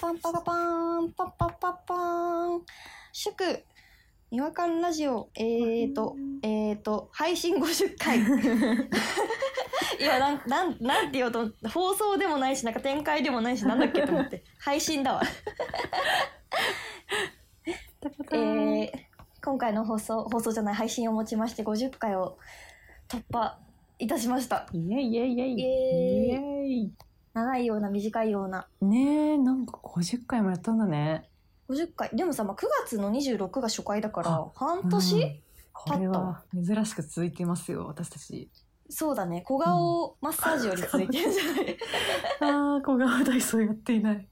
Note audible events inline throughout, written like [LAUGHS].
パンパカパーン、パッパッパッパーン。祝、にわかんラジオ、えーと、えーと、配信50回。 [LAUGHS] いや、なん、なん、なんて言おうと思って、放送でもないし、なんか展開でもないし、なんだっ [LAUGHS] けと思って、配信だわ。えー今回の放送、放送じゃない、配信をもちまして50回を突破いたしました。イエイイエイイエイイエーイイエイ長いような短いような。ねえなんか50回もやったんだね50回。でもさ、まあ、9月の26が初回だからあ、半年、うんこれは珍しく続いてますよ私たちそうだね。小顔マッサージより続いてるんじゃないああ小川体操やっていない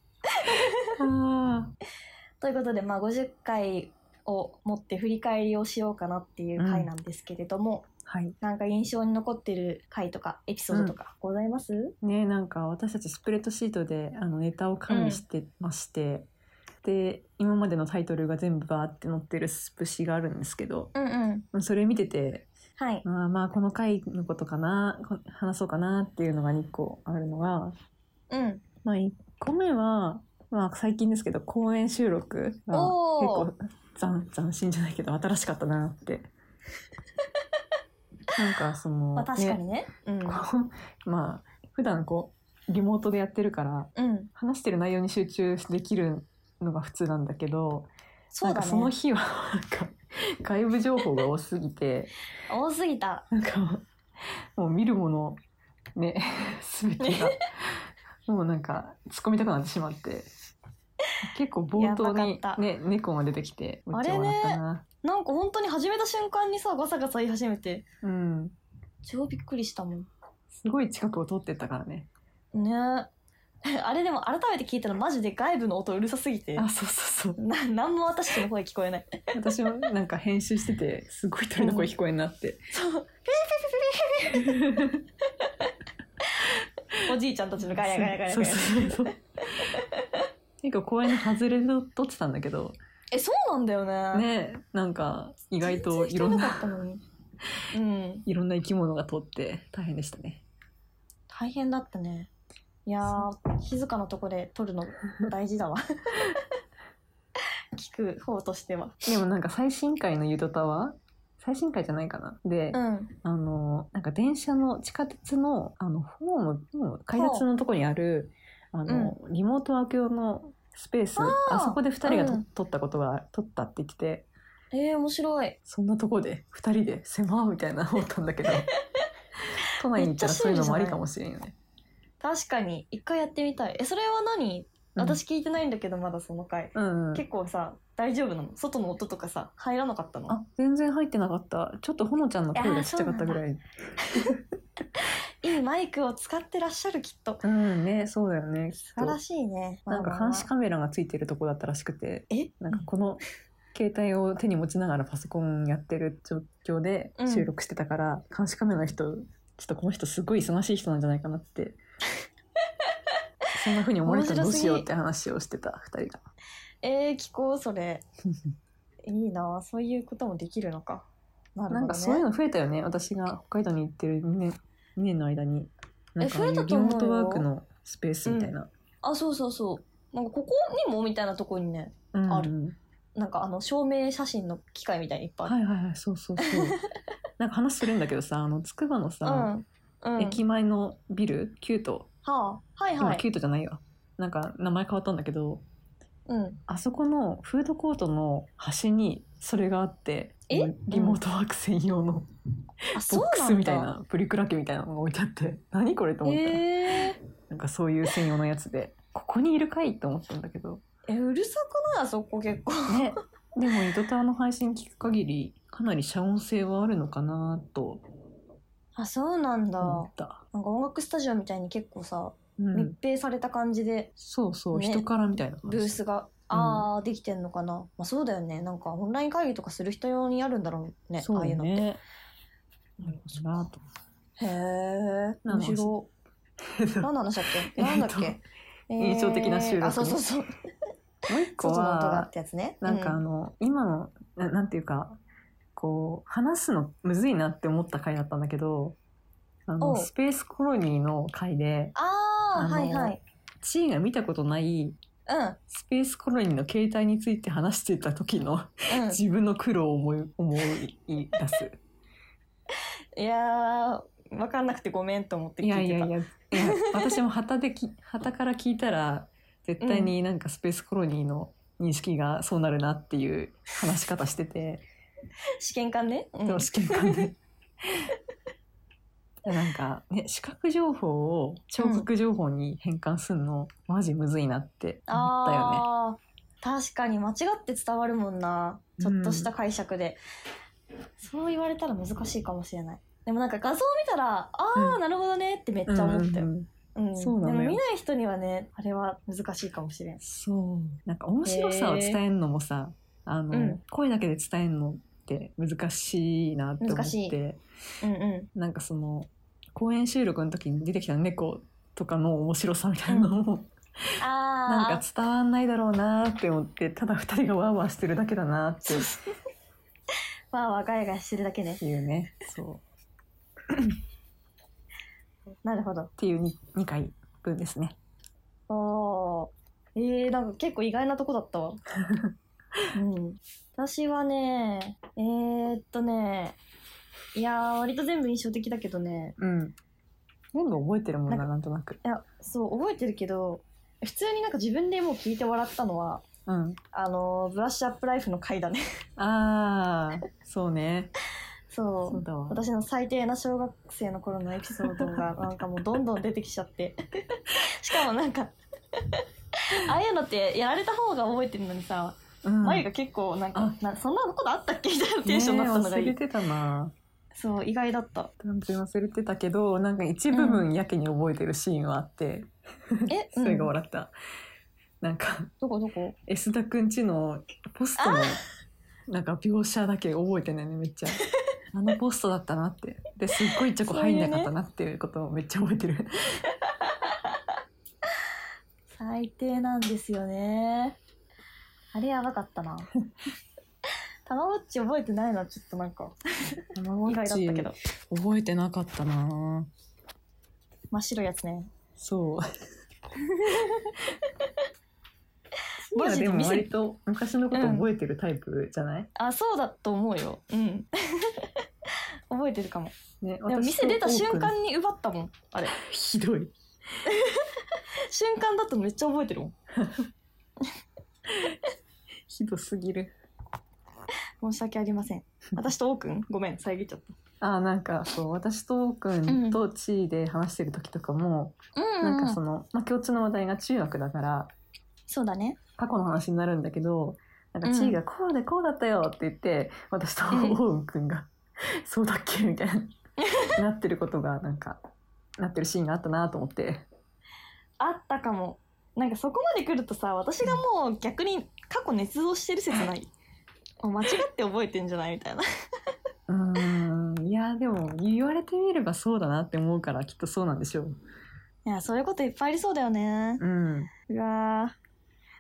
あ [LAUGHS] ということで、まあ、50回をもって振り返りをしようかなっていう回なんですけれども、はいなんか印象に残ってる回とか、エピソードとかございます、ねなんか私たちスプレッドシートであのネタを加味してまして、で今までのタイトルが全部バーって載ってるスプシがあるんですけどうん、うんうん。それ見ててはい。あーまあこの回のことかなこ話そうかなっていうのが2個あるのが、うん。まあ、1個目は、まあ、最近ですけど公演収録が結おー構斬斬新じゃないけど新しかったな [LAUGHS] って。なんかその、まあ、確かにね。こうまあ普段こうリモートでやってるからうん。うん。話してる内容に集中できるのが普通なんだけどそうなんだかそのね。日はなんか外部情報が多すぎて多すぎた。なんかもう見るものね [LAUGHS] 全てがもうなんか突っ込みたくなってしまって結構冒頭やにばかったね猫が出てきてめあっちれゃね笑ったな。なんか本当に始めた瞬間にさ、ガサガサ言い始めて、うん超びっくりしたもん。すごい近くを通ってったからね。ね [LAUGHS] あれでも改めて聞いたらマジで外部の音うるさすぎてあ、そうそうそう。な何も私たちの声聞こえない私もなんか編集してて、すごい鳥の声聞こえんなって。そう [LAUGHS] おじいちゃんたちのガヤガヤガヤそガうヤそうそう。結構公園の外れを撮ってたんだけど、えそうなんだよねね、なんか意外とい全然ろん聞こえなかなっ、たのにうんいろんな生き物が通って大変でしたね。大変だったねいやー静かなとこで撮るの大事だわ聞く方としてはでもなんか最新回のゆとたわ最新回じゃないかな。で、うんあの、なんか電車の地下鉄の、あの、ホーム、ホーム改札のとこにある、あの、リモートワーク用のスペース、ああーそこで二人がと、うん撮ったことが、撮ったって言ってて、えー、面白いそんなとこで2人で狭みたい [LAUGHS] な思ったんだけど都内に行ったらそういうのもありかもしれんよね。確かに一回やってみたいえそれは何、私聞いてないんだけどまだその回うん、うん、結構さ大丈夫なの外の音とかさ入らなかったのあ全然入ってなかったちょっとほのちゃんの声がちっちゃかったぐらいいいマイクを使ってらっしゃるきっとうんねそうだよねきっ素と晴らしいねなんかまあまあまあ監視カメラがついてるとこだったらしくてえなんかこの携帯を手に持ちながらパソコンやってる状況でうん収録してたから、監視カメラの人ちょっとこの人すごい忙しい人なんじゃないかなってそんな風に思われたらどうしようって話をしてた2人が。えー、聞こうそ [LAUGHS] れいいなそういうこともできるのかなるなんほかどそういうねの増えたよね私が北海道に行ってる2年 ,2 年の間になんかえ増えたと思うよリモートワークのスペースみたいな、あそうそうそうなんかここにもみたいなとこにねうんあなんかあの照明写真の機械みたいにいっぱいあはいはいはいそうそ [LAUGHS] うそうなんか話するんだけどさあの筑波のる、さ、うん、うん、駅前のビルキュートはあはいは今いキュートじゃないよなんか名前変わったんだけどうんあそこのフードコートの端にそれがあってえあのリモートワーク専用のあそボうックなスんみたいだなプリクラ家みたいなのが置いてあって [LAUGHS] 何これと思ったら、えーなんかそういう専用のやつでここにいるかいと思ったんだけどえうるさくないあそこ結構 [LAUGHS] ね、でも糸タワーの配信聞く限りかなり遮音性はあるのかなとあそうなんだ、思った、なんか音楽スタジオみたいに結構さ、うん密閉された感じでそうそう、ね人からみたいな感じブースが、あーできてんのかな、まあ、そうだよねなんかオンライン会議とかする人用にあるんだろうねそうああいうのってねなるほどなとへえな面んか白い何の話だっけ [LAUGHS] えっと何だっけ、えー印象的な収録ねあそうそうそうもう一個外の音がっはてやつねなんかあうの、今のななんていうかこう話すのむずいなって思った回だったんだけどあおのうスペースコロニーの回であーあのはいはいチーが見たことないうんスペースコロニーの携帯について話してた時のうん自分の苦労を思い思い出す。いやー分かんなくてごめんと思って聞いいてやたいやいやいや私も旗でき旗から聞いたら絶対になんかスペースコロニーの認識がそうなるなっていう話し方してて、試験官ね、うんでも試験官で。 [LAUGHS] なんかね視覚情報を聴覚情報に変換すんの、マジむずいなって思ったよね。あー確かに間違って伝わるもんなちょっとした解釈で、そう言われたら難しいかもしれないでもなんか画像見たらああ、うんなるほどねってめっちゃ思ったよ、ううんんうんうんそうなのよでも見ない人にはねあれは難しいかもしれんそうなんか面白さを伝えるのもさ、あのうん声だけで伝えるのって難しいなって思っ難しいてうんうなんかその公演収録の時に出てきた猫とかの面白さみたいなのも、んああなんか伝わんないだろうなって思ってただ二人がワーワーしてるだけだなっていわあわあガヤガヤしてるだけねう [LAUGHS] ねそうっなるほどていう 2, 二回分ですね。あーえー、なんか結構意外なとこだ [LAUGHS] ったわ。うん、私はね、えー、っとね、いやー、割と全部印象的だけどね、うん、全部覚えてるもんなななんとなく。いや、そう、覚えてるけど、普通になんか自分でもう聞いて笑ったのは、うん、あのー、ブラッシュアップライフの回だね。 [LAUGHS] ああそうねそう。そうだわ。私の最低な小学生の頃のエピソードが [LAUGHS] なんかもうどんどん出てきちゃって [LAUGHS] しかもなんか [LAUGHS] ああいうのってやられた方が覚えてるのにさうん眉が結構なんかあ、なそんなことあったっけみたいなテンションだったのがいい、ねえ忘れてたな。そう意外だった完全忘れてたけどなんか一部分やけに覚えてるシーンはあって、え、それがうん笑った、なんかどこどこ安田くんちのポストのなんか描写だけ覚えてないねめっ [LAUGHS] ちゃあのポストだったなってですっごいチョコ入んなかったなっていうことをめっちゃ覚えてる [LAUGHS] 最低なんですよねあれやばかった [LAUGHS] なたまごっち覚えてないのはちょっとなんか生意っ外だったけど覚えてなかったな真っ白いやつね [LAUGHS] そういマやジでで見もせ割と昔のこと覚えてるタイプじゃない、あそうだと思うようん [LAUGHS] 覚えてるかもねでも私店と出た瞬多くの [LAUGHS] 間に奪ったもんあれひどい瞬間だとめっちゃ覚えてるもんひどすぎる申し訳ありません私と王くんごめん遮っちゃっあーなんかそう私とくんとチーで話してる時とかも、たうんなんかその、まあ、共通の話題が中学だからそうだね過去の話になるんだけどなんかうんチーが「こうでこうだったよ」って言って、私とオウンくんが「そうだっけ?」みたい [LAUGHS] ななってることがなんかなってるシーンがあったなと思ってあったかも。なんかそこまで来るとさ、私がもう逆に過去捏造してる説 [LAUGHS] ない。もう間違って覚えてんじゃないみたいな。うーんいやでも言われてみればそうだなって思うからきっとそうなんでしょう。いや、そういうこといっぱいありそうだよね。うん、うわ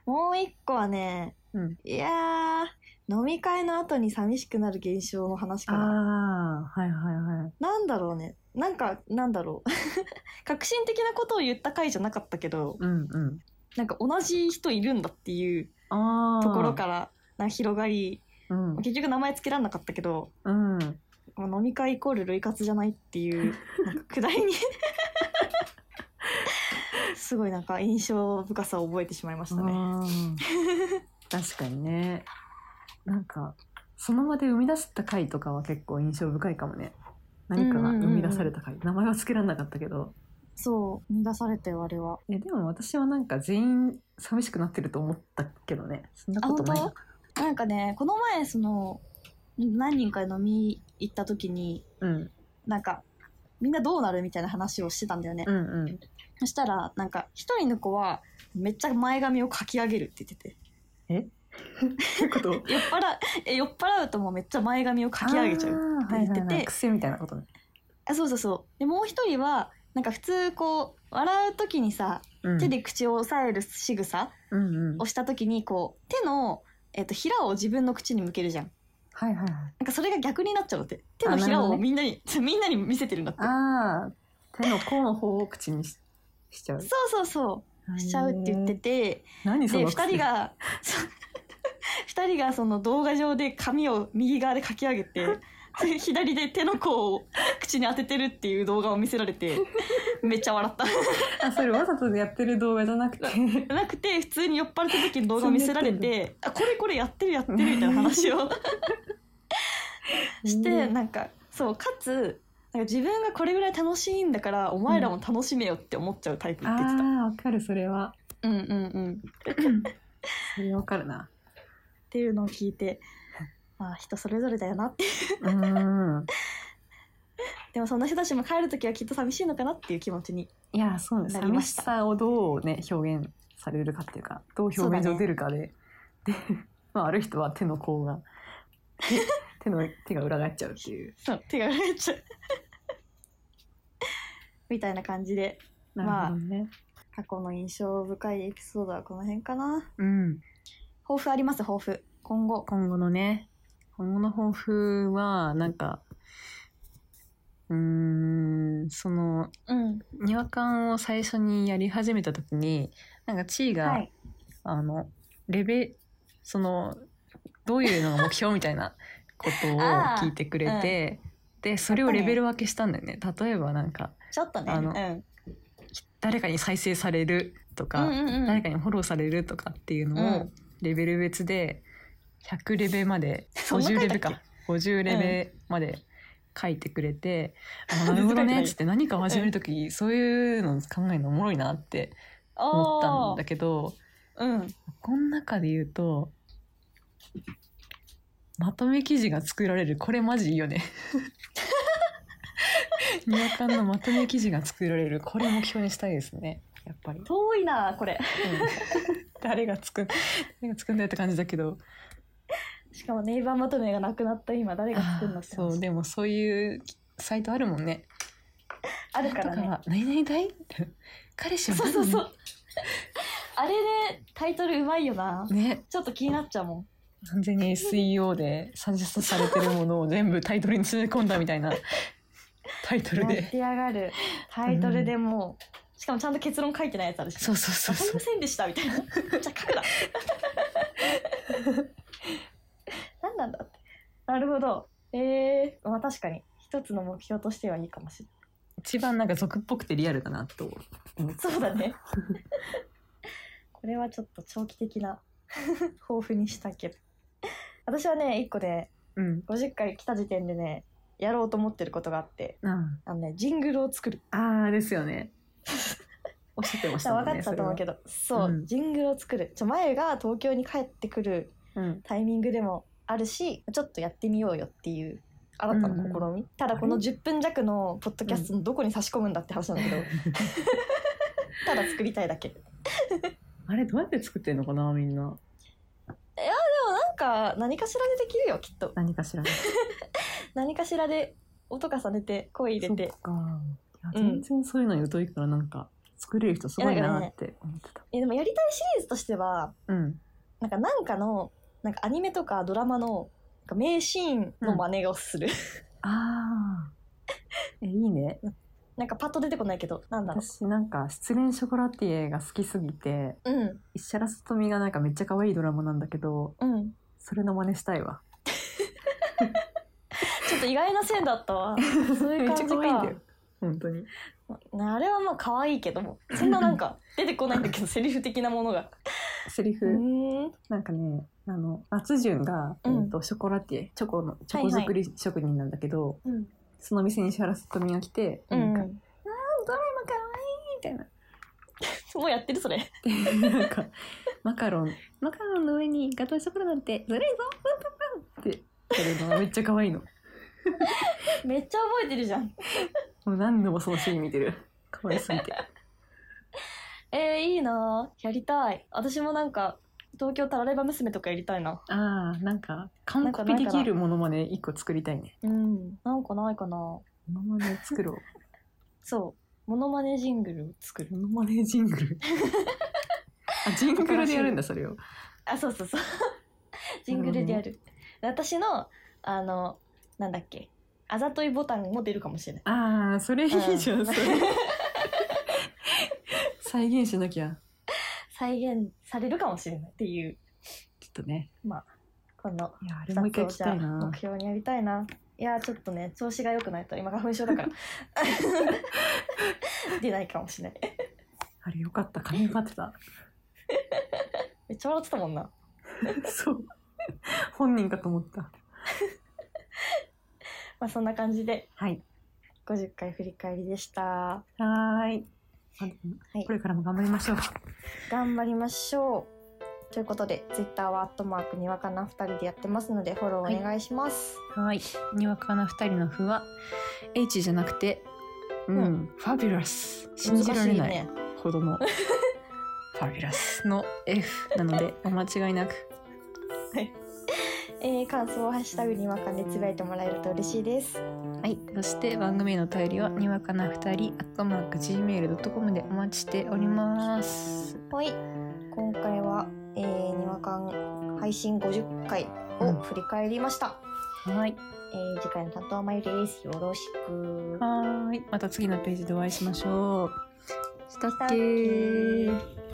ーもう一個はね、うん、いやー、飲み会の後に寂しくなる現象の話あかな。あはいはいはい。なんだろうね。なんか、なんだろう。 [LAUGHS] 革新的なことを言った回じゃなかったけど、うんうん、なんか同じ人いるんだっていうあーところから、なんか広がり、うん結局名前つけられなかったけど、うんまあ、飲み会イコール類活じゃないっていうなんかくだり [LAUGHS] にすごいなんか印象深さを覚えてしまいましたね。うん確かにねなんかその場で生み出した回とかは結構印象深いかもね何かが生み出された回、名前は付けられなかったけどそう生み出されたよあれは。えでも私はなんか全員寂しくなってると思ったけどねそんなことないあ本なんかねこの前その何人か飲み行った時にうんなんかみんなどうなるみたいな話をしてたんだよね。うんうんそしたらなんか一人の子はめっちゃ前髪をかき上げるって言っててということ酔っ払 [LAUGHS] え酔っ払うともうめっちゃ前髪をかき上げちゃううて言ってて癖みたいなことねあそうそうそうでもう一人はなんか普通こう笑う時にさうん手で口を押さえる仕草うんうんをした時にこう手の、えっとひらを自分の口に向けるじゃんはいはいはいなんかそれが逆になっちゃうのって手あのひらなるをほどねみんなに [LAUGHS] みんなに見せてるんだってああ手の甲の方を口にししちゃうそうそうそうしちゃうって言ってて、何そでの2人が2人がその動画上で髪を右側でかき上げてで左で手の甲を口に当ててるっていう動画を見せられてめっちゃ笑ったあそれわざとやってる動画じゃなくてなくて普通に酔っ払った時に動画を見せられて「あこれこれやってるやってる」みたいな話 [LAUGHS] をしてなんかそうかつなんか自分がこれぐらい楽しいんだからお前らも楽しめよって思っちゃうタイプってあ言ってた。ーわかるそれはうんうんうんそれわかる [LAUGHS] なっていうのを聞いて、まあ人それぞれだよなって。うーんでもそんな人たちも帰るときはきっと寂しいのかなっていう気持ちに。いやそうねなりま寂ししたさをどうね表現されるかっていうかどう表面そうだ上ね出るかで、で、 [LAUGHS] まあ、ある人は手の甲が [LAUGHS] 手手の手が裏返っちゃうっていうそう、手が震えちゃう。 [LAUGHS] みたいな感じで、なるほどね、過去の印象深いエピソードはこの辺かな。うん抱負あります、抱負。今後。今後のね今後の抱負はなんかうーんそのうん。にわかんを最初にやり始めた時になんか地位が、はい。あのレベそのどういうのが目標みたいなこと [LAUGHS] をあー聞いてくれて、でそれをレベル分けしたんだよね例えばなんかちょっとね。あうのん。誰かに再生されるとか、うんうんうん誰かにフォローされるとかっていうのうをんレベル別で100レベルまで [LAUGHS] そんな書い50たっけレベルか50レベルまで書いてくれて「[LAUGHS] あ難しくないなるほどね」っつって何かを始める時、そういうの考えるのおもろいなって思ったんだけあどーうん。この中で言うとまとめ記事が作られるこれマジいい [LAUGHS] よね。にわかんのまとめ記事が作られるこれ目標にしたいですねやっぱり。遠いな、これ。 [LAUGHS] 誰がつく誰がつくんだよって感じだけどしかもネイバーまとめがなくなった今、誰が作るのあーって話そうでもそういうサイトあるもんねあるからね。なんとか何々大彼氏はそう何そうそう。あれね、タイトルうまいよな。ねちょっと気になっちゃうもん。完全に SEO でサジェストされてるものを全部タイトルに詰め込んだみたいなタイトルやっでてやがるタイトルでもう、しかもちゃんと結論書いてないやつあるしそうそうそうわかりそまうせんでしたみたいなじゃあ書くな何なんだってなるほどえー、まあ確かに一つの目標としてはいいかもしれ一番なんか俗っぽくてリアルだなとないそうだねこれはちょっと長期的な抱負にしたけど私はね一個でうん50回来た時点でねやろうと思ってることがあってああのねジングルを作るああですよ [LAUGHS] ねおっしゃってましたも分んねかったと思うけどどそう、うんジングルを作るちょ前が東京に帰ってくるうんタイミングでもあるしちょっとやってみようよっていう新たな試み、ただこのあ10分弱のポッドキャストのどこに差し込むんだって話なんだ [LAUGHS] けど、ただ作りたいだけであれどうやって作ってんのかなみんなもなんか何かしらでできるよきっと何かしらね何かしらで音重ねて声入れてそっかいやうん全然そういうの疎いからなんか作れる人すごいなーって思ってた、えでもやりたいシリーズとしてはうんなんかなんかのなんかアニメとかドラマのなんか名シーンの真似をする、あ [LAUGHS] ーえいいねなんかパッと出てこないけどなんだろ私なんか「失恋ショコラティエ」が好きすぎてううん石原さとみがなんかめっちゃ可愛いドラマなんだけどうんそれの真似したいわちょっと意外な線だったわ。 [LAUGHS] そういうめっ感ちゃじ可愛いんだかよ。本当になあれはまあ可愛いけども、そんななんか出てこないんだ [LAUGHS] けど、セリフ的なものが。セリうフ、ーん。なんかねあの松潤が、うんえーとショコラティエチョコのチョコ作り職人なんだけど、うん。その店に石原さとみが来て「うなんかん。ドラマ可愛いみたいなもうやってるそれ。なん [LAUGHS] かマカロンマカロンの上にガトーショコラなんてずるいぞプンプンプンってやるのがめっちゃ可愛いのもめっちゃ覚えてるじゃん。う何度もそのシーン見てる可愛すぎてえー、いいなあやりたい。私もなんか、東京タラレバ娘とかやりたいな。あーなんか完コピできるものまね一個作りたいねうん。なんかないかなものまね作ろうそう。モノマネジングルを作る。ものまねジング [LAUGHS] ルあジングルでやるんだそれをあ、そう [LAUGHS] そうそう。ジングルでやる。私の、あの、なんだっけ。あざといボタンも出るかもしれない。あーそれいいじゃん、うん [LAUGHS] それ再現しなきゃ [LAUGHS] 再現されるかもしれないっていう、ちょっとね。このいや、あれもう一2回つを聞きじたゃいあな目。標にやりたいな。いや、ちょっとね、調子が良くないと、今花粉症だから。 [LAUGHS] 出ないかもしれない。あれよかった。金かかって [LAUGHS] た。めっちゃ笑ってたもんな。そう。本人かと思った。まあそんな感じで、はい。 50回振り返りでした。はーい。はいこれからも頑張りましょう。頑張りましょう。ということで、ツイッターはアットマークにわかな2人でやってますので、フォローお願いします。はい。にわかな二人のふは、H じゃなくて、うん、うファビュラス。信難しじられないね。ほど [LAUGHS] の、ファビュラスの F な [LAUGHS] ので、お間違いなく。えー感想をハッシュタグにわかんでつぶやいてもらえると嬉しいです。はい。そして番組へのお便りは、にわかな二人、アットマーク、gmail.com でお待ちしております。はい。今回は、えー、にわかん配信50回を振り返りました。はい。えー次回の担当はまゆりです。よろしく。はーい。また次のページでお会いしましょう。したっけしたっけー